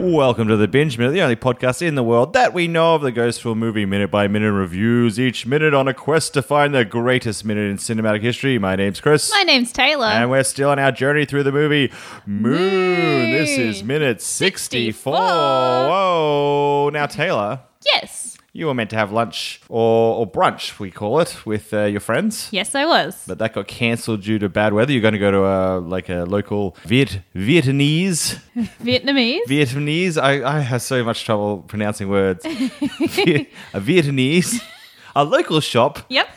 Welcome to the Binge Minute, the only podcast in the world that we know of that goes through a movie minute by minute reviews each minute on a quest to find the greatest minute in cinematic history. My name's Chris. My name's Taylor. and we're still on our journey through the movie Moon. This is minute 64. 64. Whoa. Now, Taylor, yes. you were meant to have lunch or, or brunch, we call it, with uh, your friends. Yes, I was. But that got cancelled due to bad weather. You're going to go to a, like a local Viet, Vietnamese Vietnamese? Vietnamese. I, I have so much trouble pronouncing words. Viet- a Vietnamese, a local shop yep.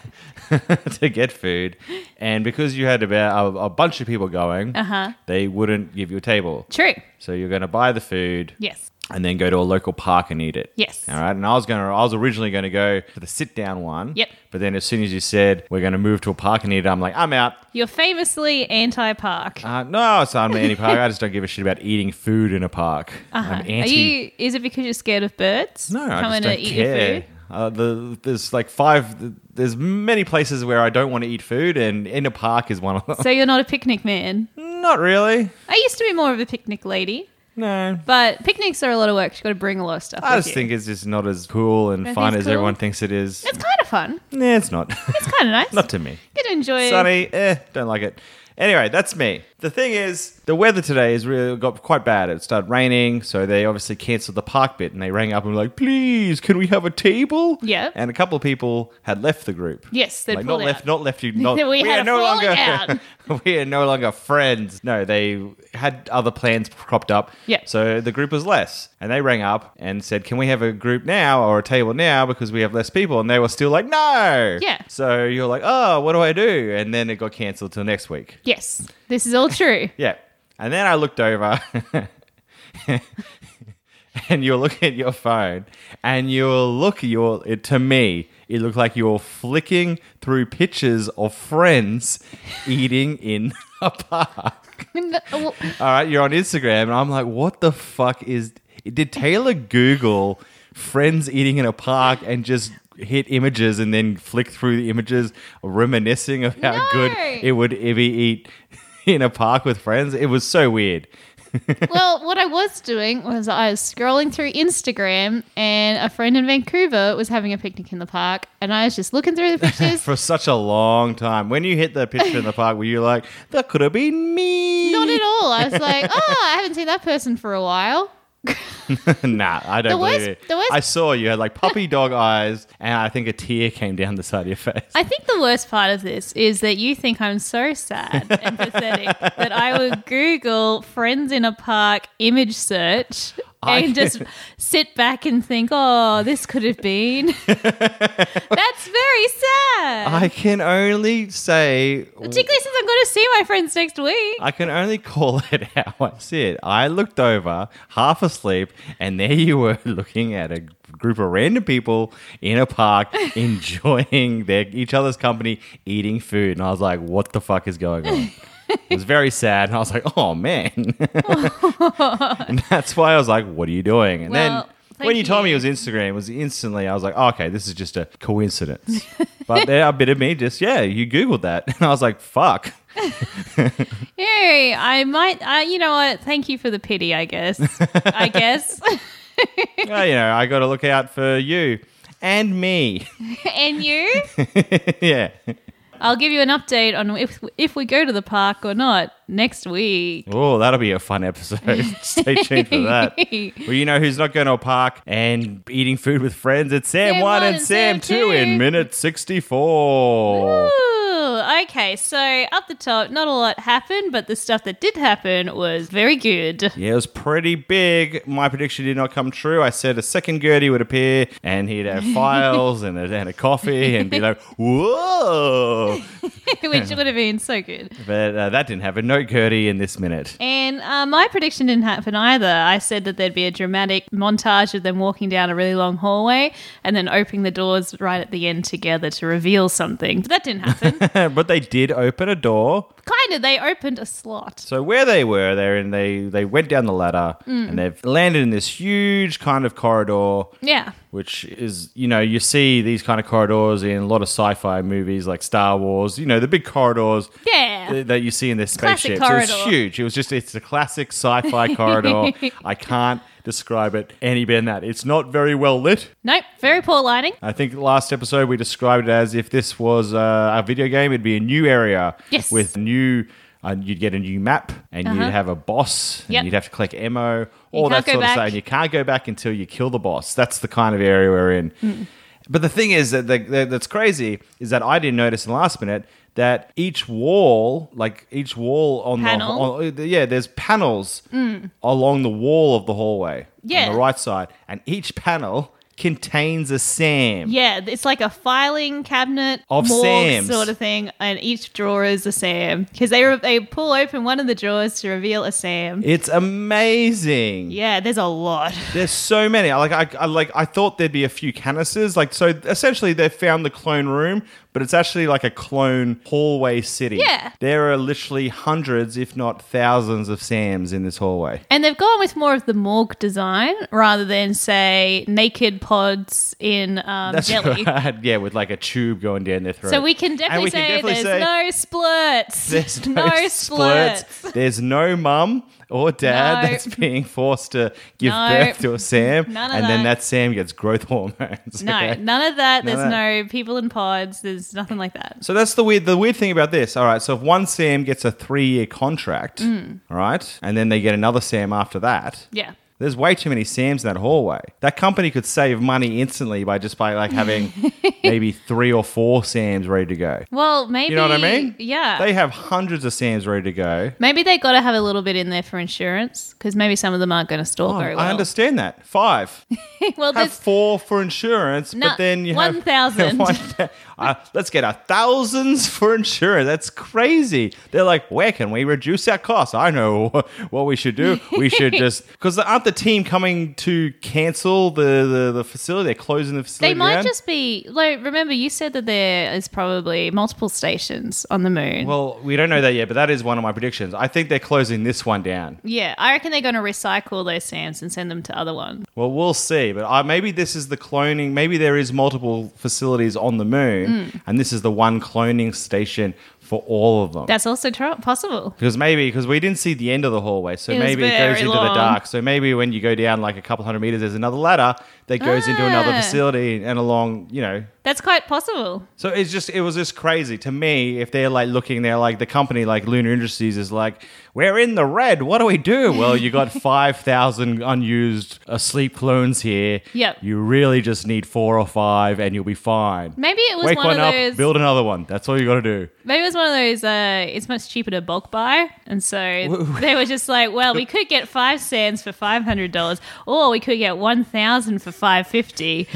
to get food, and because you had about a, a bunch of people going, Uh-huh. they wouldn't give you a table. True. So you're going to buy the food Yes. and then go to a local park and eat it. Yes. All right. And I was going to, I was originally going to go for the sit down one. Yep. But then as soon as you said we're going to move to a park and eat it, I'm like, I'm out. You're famously anti park. Uh, no, it's not any park. I just don't give a shit about eating food in a park. I'm anti. Uh-huh. Are you is it because you're scared of birds? No, I coming to just don't eat care. your food? Uh, the, there's like five. There's many places where I don't want to eat food, and in a park is one of them. So you're not a picnic man. Not really. I used to be more of a picnic lady, No. but picnics are a lot of work. You've got to bring a lot of stuff. I with just you. think it's just not as cool and Don't fun think as it's cool? everyone thinks it is. it's kind of fun. nah, it's not. It's kind of nice. not to me. You get to enjoy Sunny, eh, don't like it. Anyway, that's me. The thing is, the weather today is really got quite bad. It started raining, so they obviously cancelled the park bit, and they rang up and were like, "Please, can we have a table?" Yep. And a couple of people had left the group. Yes, they'd like, not pulled left, out. not left you. Not, We had are a no longer. falling we are no longer friends. No, they had other plans cropped up. Yeah. So the group was less, and they rang up and said, "Can we have a group now or a table now because we have less people?" And they were still like, "No." Yeah. So you're like, "Oh, what do I do?" And then it got cancelled till next week. Yes, this is all true. Yeah. And then I looked over. And you're looking at your phone, and you're look your it, to me. It looked like you're flicking through pictures of friends eating in a park. Well, All right, you're on Instagram, and I'm like, what the fuck is? Did Taylor Google friends eating in a park and just hit images and then flick through the images, reminiscing of how No. good it would be eat in a park with friends? It was so weird. well, what I was doing was I was scrolling through Instagram, and a friend in Vancouver was having a picnic in the park, and I was just looking through the pictures. For such a long time. When you hit the picture in the park, were you like, that could have been me? Not at all. I was like, oh, I haven't seen that person for a while. nah, I don't The believe worst- it. the worst- I saw you had like puppy dog eyes, and I think a tear came down the side of your face. I think the worst part of this is that you think I'm so sad and pathetic that I would Google friends in a park image search. I- And just sit back and think, oh, this could have been. That's very sad. I can only say Particularly since I'm going to see my friends next week. I can only call it how I see it. I looked over, half asleep, and there you were looking at a group of random people in a park enjoying their each other's company, eating food, and I was like, "What the fuck is going on?" It was very sad, and I was like, "Oh man," and that's why I was like, "What are you doing?" And Well, then when thank you told me it you. was Instagram, it was instantly I was like, oh, "Okay, this is just a coincidence." but there, a bit of me just, yeah, you googled that, and I was like, "Fuck." Yay! I might. I, you know what? Thank you for the pity. I guess. I guess. well, Oh, you know, I got to look out for you and me. and you? yeah. I'll give you an update on if if we go to the park or not next week. Oh, that'll be a fun episode. Stay tuned for that. Well, you know who's not going to a park and eating food with friends? It's Sam, 1 and, Sam 2 in minute 64. Ooh, okay, so up the top, not a lot happened, but the stuff that did happen was very good. Yeah, it was pretty big. My prediction did not come true. I said a second Gertie would appear and he'd have files and a, and a coffee and be like, whoa. Which would have been so good. But uh, that didn't happen. No Gertie in this minute. And uh, my prediction didn't happen either. I said that there'd be a dramatic montage of them walking down a really long hallway and then opening the doors right at the end together to reveal something. But that didn't happen. but they did open a door. kind of. They opened a slot. So where they were, they're in they they went down the ladder Mm. and they've landed in this huge kind of corridor, Yeah. which is you know you see these kind of corridors in a lot of sci-fi movies like Star Wars. You know the big corridors Yeah. th- that you see in their Classic spaceships. It was corridor. huge. It was just it's a classic sci-fi corridor. I can't describe it any better than that. It's not very well lit. Nope, very poor lighting. I think last episode we described it as if this was uh, a video game, it'd be a new area Yes. with new. Uh, you'd get a new map, and Uh-huh. you'd have a boss, and Yep. you'd have to collect ammo, all can't that go sort of back. stuff. And you can't go back until you kill the boss. That's the kind of area we're in. Mm. But the thing is that the, the, that's crazy is that I didn't notice in the last minute that each wall, like each wall on Panel? Mm. the on, uh, yeah, there's panels along the wall of the hallway Yeah. on the right side, and each panel contains a Sam. Yeah, it's like a filing cabinet Of morgue Sam's. sort of thing, and each drawer is a Sam because they re- they pull open one of the drawers to reveal a Sam. It's amazing. Yeah, there's a lot. There's so many. I- Like I, I like I thought there'd be a few canises. Like so, essentially they found the clone room, but it's actually like a clone hallway city. Yeah. there are literally hundreds, if not thousands, of Sams in this hallway. And they've gone with more of the morgue design rather than say naked pods in um, jelly. right. Yeah, with like a tube going down their throat. So we can And definitely we can say definitely say- there's no splurts. There's no, splurts. There's no mum or dad No. that's being forced to give No. birth to a Sam, None of and then that. that Sam gets growth hormones. No, okay? none of that. None of There's no people in pods. There's nothing like that. So that's the weird the weird thing about this. All right, so if one Sam gets a three year contract, Mm. all right, and then they get another Sam after that. Yeah. There's way too many Sams in that hallway. That company could save money instantly by just by like having maybe three or four Sams ready to go. Well, maybe. You know what I mean? Yeah. They have hundreds of Sams ready to go. Maybe they got to have a little bit in there for insurance because maybe some of them aren't going to store Oh, very well. I understand that. Five. well, have there's four for insurance, No, but then you have 1,000. One thou- uh, let's get a thousands for insurance. That's crazy. They're like, where can we reduce our costs? I know wh- what we should do. We should just because aren't the team coming to cancel the, the, the facility? They're closing the facility. they might down? just be like. Remember, you said that there is probably multiple stations on the moon. Well, we don't know that yet, but that is one of my predictions. I think they're closing this one down. yeah, I reckon they're going to recycle those sands and send them to other ones. Well, we'll see. But I, maybe this is the cloning. Maybe there is multiple facilities on the moon, Mm. and this is the one cloning station for all of them. That's also tr- possible. Because maybe because we didn't see the end of the hallway, so It was maybe it very goes into the long. dark. So maybe when you go down like a couple hundred meters, there's another ladder that goes into another Ah. facility and along. You know, That's quite possible. so it's just it was just crazy to me. If they're like looking, they're like the company like Lunar Industries is like, we're in the red. What do we do? Well, you got five thousand unused asleep clones here. Yep. You really just need four or five, and you'll be fine. Maybe it was Wake one, one, of up, those. build another one. That's all you got to do. Maybe it was one of those. Uh, it's much cheaper to bulk buy, and so they were just like, "Well, we could get five sands for five hundred dollars, or we could get one thousand for five fifty.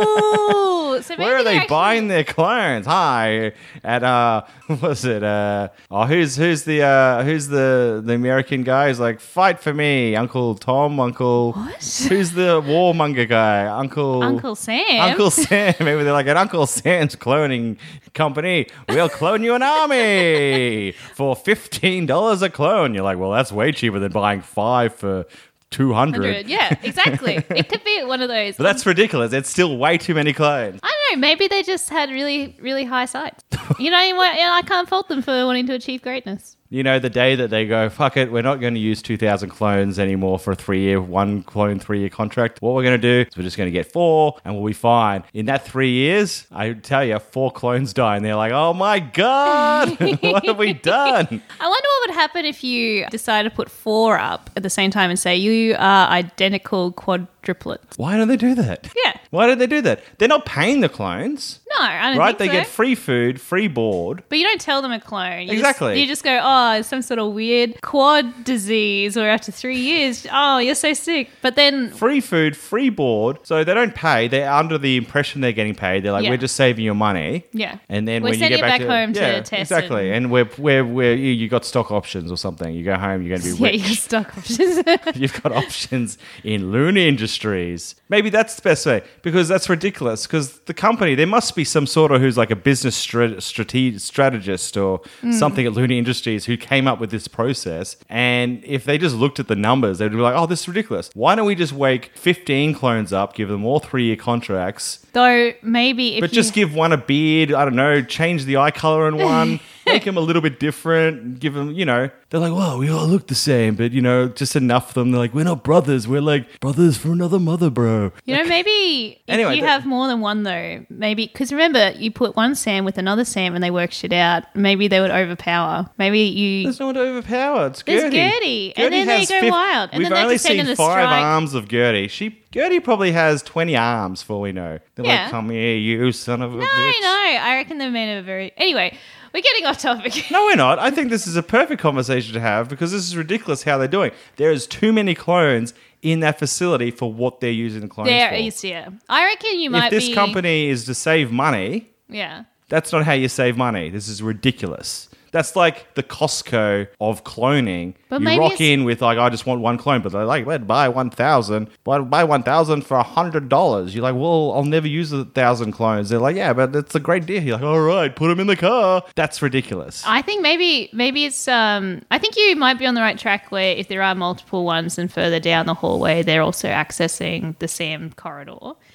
Ooh, so maybe Where are they're they actually- buying their clones? Hi, at uh, what's it? Uh, oh, who's who's the uh, who's the the American guy who's like fight for me, Uncle Tom, Uncle. What? Who's the warmonger guy, Uncle? Uncle Sam? Uncle Sam. Maybe they're like at Uncle Sam's cloning company. We'll clone you an army for fifteen dollars a clone. You're like, well, that's way cheaper than buying five for two hundred. Yeah, exactly. it could be one of those. But that's ridiculous. It's still way too many clones. I don't know. Maybe they just had really, really high sights. You know, and I can't fault them for wanting to achieve greatness. You know, the day that they go, fuck it, we're not going to use 2,000 clones anymore for a three year, one clone, three year contract. What we're going to do is we're just going to get four and we'll be fine. In that three years, I tell you, four clones die. And they're like, oh my God, what have we done? I wonder what would happen if you decide to put four up at the same time and say you are identical quadruplets. Why don't they do that? Yeah. Why don't they do that? They're not paying the clones, No, I don't right? They think so. get free food, free board. but you don't tell them a clone. You Exactly. Just, you just go, oh, it's some sort of weird quad disease, or after three years, oh, you're so sick. But then, Free food, free board. So they don't pay. They're under the impression they're getting paid. They're like, Yeah. we're just saving your money. yeah. And then We're when you sending get it back, back home to yeah, test exactly, and, we're we're we're you, you got stock options or something. You go home, you're going to be yeah, rich. you're stuck options. You've got options in Luna Industries. Maybe that's the best way because that's ridiculous. Because the company, there must be some sort of who's like a business strat- strate- strategist or something at Luna Industries who came up with this process. And if they just looked at the numbers, they'd be like, "Oh, this is ridiculous. Why don't we just wake 15 clones up, give them all three-year contracts, Though maybe if but you just give one a beard. I don't know. Change the eye color in one. make them a little bit different. Give them, you know, they're like, whoa, we all look the same, but you know, just enough of them. They're like, we're not brothers. We're like brothers from another mother, bro. You know, maybe if Anyway, you the- have more than one, though, maybe because remember, you put one Sam with another Sam and they work shit out. Maybe they would overpower. Maybe you. There's no one to overpower. It's Gertie. There's Gertie, and then they has go wild, and We've then they only could send seen in a five strike. arms of Gertie. She Gertie probably has twenty arms for we know. They're Yeah. like, come here, you son of a No, bitch. no. I reckon they made a very. Anyway, we're getting off topic. No, we're not. I think this is a perfect conversation to have because this is ridiculous how they're doing. There is too many clones in that facility for what they're using the clones There for. is, yeah. I reckon you might if this be. company is to save money, Yeah. that's not how you save money. This is ridiculous. That's like the Costco of cloning. But you maybe rock it's- in with like, I just want one clone, but they're like, let buy one thousand, buy buy one thousand for a hundred dollars. You're like, well, I'll never use the thousand clones. They're like, yeah, but it's a great deal. You're like, all right, put them in the car. That's ridiculous. I think maybe maybe it's um I think you might be on the right track where if there are multiple ones and further down the hallway they're also accessing the Sam corridor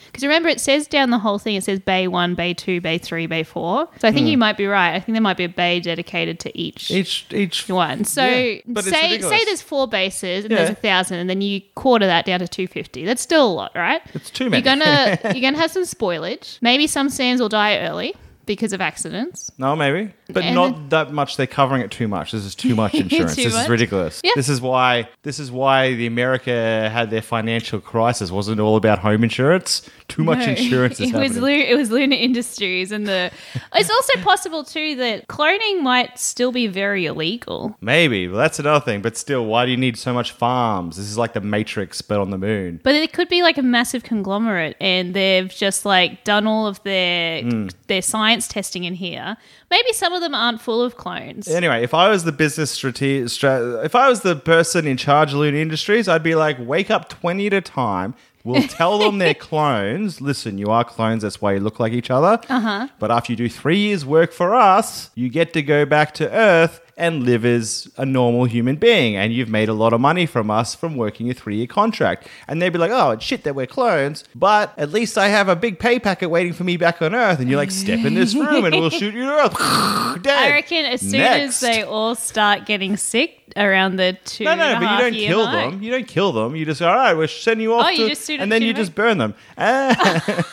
because remember it says down the whole thing it says bay 1 bay 2 bay 3 bay 4 so I Hmm. think you might be right I think there might be a bay dedicated to each, each each one so Yeah, but it's say ridiculous. say there's four bases and there's Yeah. a thousand and then you quarter that down to 250 that's still a lot right It's too many. you're gonna you're gonna have some spoilage maybe some Sams will die early because of accidents No, maybe, but And not that much. They're covering it too much. This is too much insurance. Too this much. is ridiculous. Yeah. This is why. This is why the America had their financial crisis. Wasn't all about home insurance. Too much No, insurance is it was happening. Lu- it was Lunar Industries, and the it's also possible too that cloning might still be very illegal. maybe well, that's another thing. But still, why do you need so much farms? This is like the Matrix, but on the moon. But it could be like a massive conglomerate, and they've just like done all of their Hmm. their science testing in here. Maybe some of them aren't full of clones. Anyway, if I was the business strate- stra- if I was the person in charge of Loon Industries, I'd be like, wake up 20 at a time. We'll tell them they're clones. Listen, you are clones. That's why you look like each other. Uh-huh. But after you do three years' work for us, you get to go back to Earth and live as a normal human being. And you've made a lot of money from us from working a three-year contract. And they'd be like, oh, it's shit that we're clones, but at least I have a big pay packet waiting for me back on Earth. And you're like, step in this room and we'll shoot you to Earth. Dead. I reckon as soon as Next. they all start getting sick around the two No, no, and a but half you don't year kill mark- them. You don't kill them. You just all right. We're sending you off. Oh, you to-" just shoot and them then to you me? just burn them. Ah.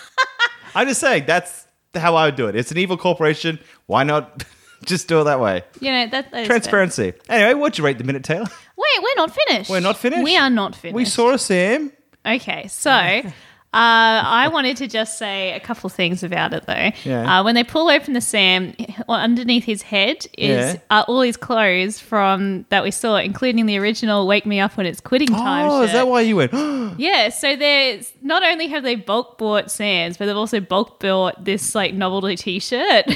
I'm just saying that's how I would do it. It's an evil corporation. Why not just do it that way? You know that that is fair. Transparency. Anyway, what'd you rate the minute, Taylor? Wait, we're not finished. We're not finished? We are not finished. We saw a Sam. Okay, so uh, I wanted to just say a couple things about it though. Yeah. Uh, when they pull open the Sam, well, underneath his head is Yeah. uh, all his clothes from that we saw, including the original "Wake Me Up When It's Quitting Time." Oh, is shirt. that why you went? Yeah. So there's not only have they bulk bought Sams, but they've also bulk bought this like novelty T-shirt,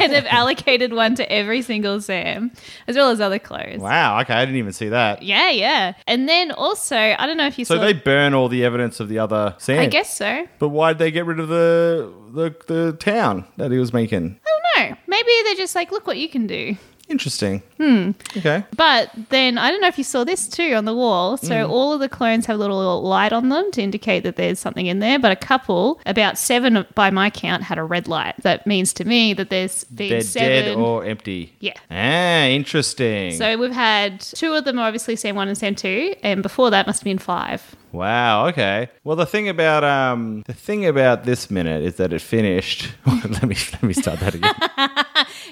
and they've allocated one to every single Sam, as well as other clothes. wow. Okay, I didn't even see that. Yeah, yeah. And then also, I don't know if you So saw. they burn all the evidence of the other Sam. I guess so. But why did they get rid of the the, the town that he was making? I don't know. Maybe they're just like, look what you can do. Interesting. Hmm. Okay. But then I don't know if you saw this too on the wall. So Mm. all of the clones have a little light on them to indicate that there's something in there. But a couple, about seven by my count, had a red light. That means to me that there's been They're seven. dead or empty. Yeah. Ah, interesting. so we've had two of them are obviously Sam one and Sam two, and before that must have been five. wow. Okay. Well, the thing about um, the thing about this minute is that it finished. let me let me start that again.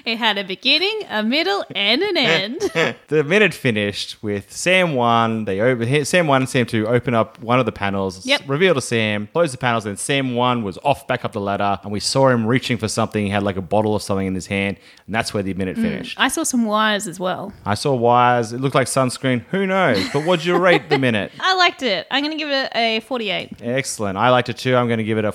It had a beginning, a middle, and an end. the minute finished with Sam one. They open Sam one and Sam two open up one of the panels. Yep. Reveal to Sam. Close the panels. Then Sam one was off back up the ladder, and we saw him reaching for something. He had like a bottle of something in his hand, and that's where the minute Mm. finished. I saw some wires as well. I saw wires. It looked like sunscreen. Who knows? But what'd you rate the minute? I liked it. I'm going to give it a 48. Excellent. I liked it too. I'm going to give it a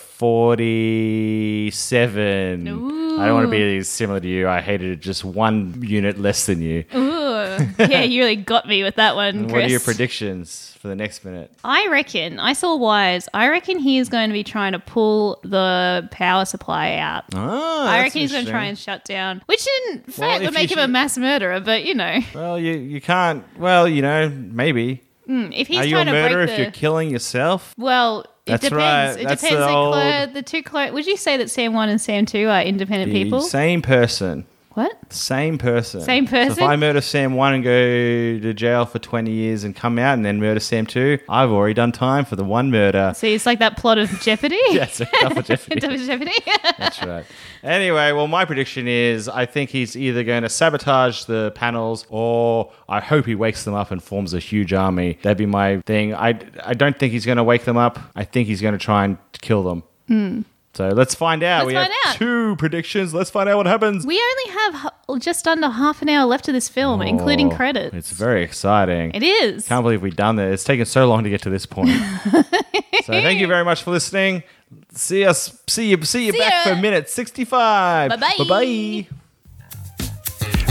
47. I don't want to be similar to you. I hated it just one unit less than you. Ooh, yeah, you really got me with that one, Chris. What are your predictions for the next minute? I reckon, I saw wires. I reckon he is going to be trying to pull the power supply out. Oh, I reckon he's going to try and shut down, which in fact Well, if would make you him a should- mass murderer. But you know, Well, you, you can't. Well, you know, maybe. if he's Hmm. are you a trying to murderer break if the you're killing yourself? well, it That's depends. right. It That's depends. the The, old- the two clo- Would you say that Sam one and Sam two are independent The people? Same person. What? Same person. Same So person? if I murder Sam one and go to jail for twenty years and come out and then murder Sam two, I've already done time for the one murder. So it's like that plot of Jeopardy. Yes, double jeopardy. Double Jeopardy. That's right. Anyway, well, my prediction is I think he's either going to sabotage the panels or I hope he wakes them up and forms a huge army. That'd be my thing. I, I don't think he's going to wake them up. I think he's going to try and kill them. So let's find Hmm. Let's out. we find have out. two predictions. Let's find out what happens. we only have h- just under half an hour left of this film, including Oh, credits. It's very exciting. It is. Can't believe we've done this. It's taken so long to get to this point. so thank you very much for listening. See us. See you. See you See back ya. for minute sixty-five. Bye-bye. Bye bye.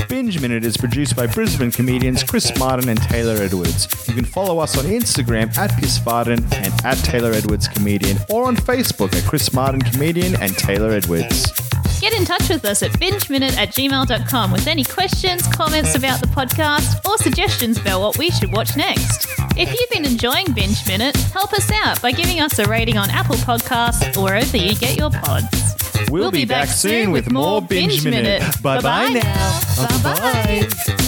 Binge Minute is produced by Brisbane comedians Chris Martin and Taylor Edwards. You can follow us on Instagram at Chris Martin and at Taylor Edwards Comedian, or on Facebook at Chris Martin Comedian and Taylor Edwards. Get in touch with us at bingeminute at gmail.com with any questions, comments about the podcast, or suggestions about what we should watch next. If you've been enjoying Binge Minute, help us out by giving us a rating on Apple Podcasts or wherever you get your pods. We'll, be, back, soon with more Binge Minute. Bye bye now. Bye bye.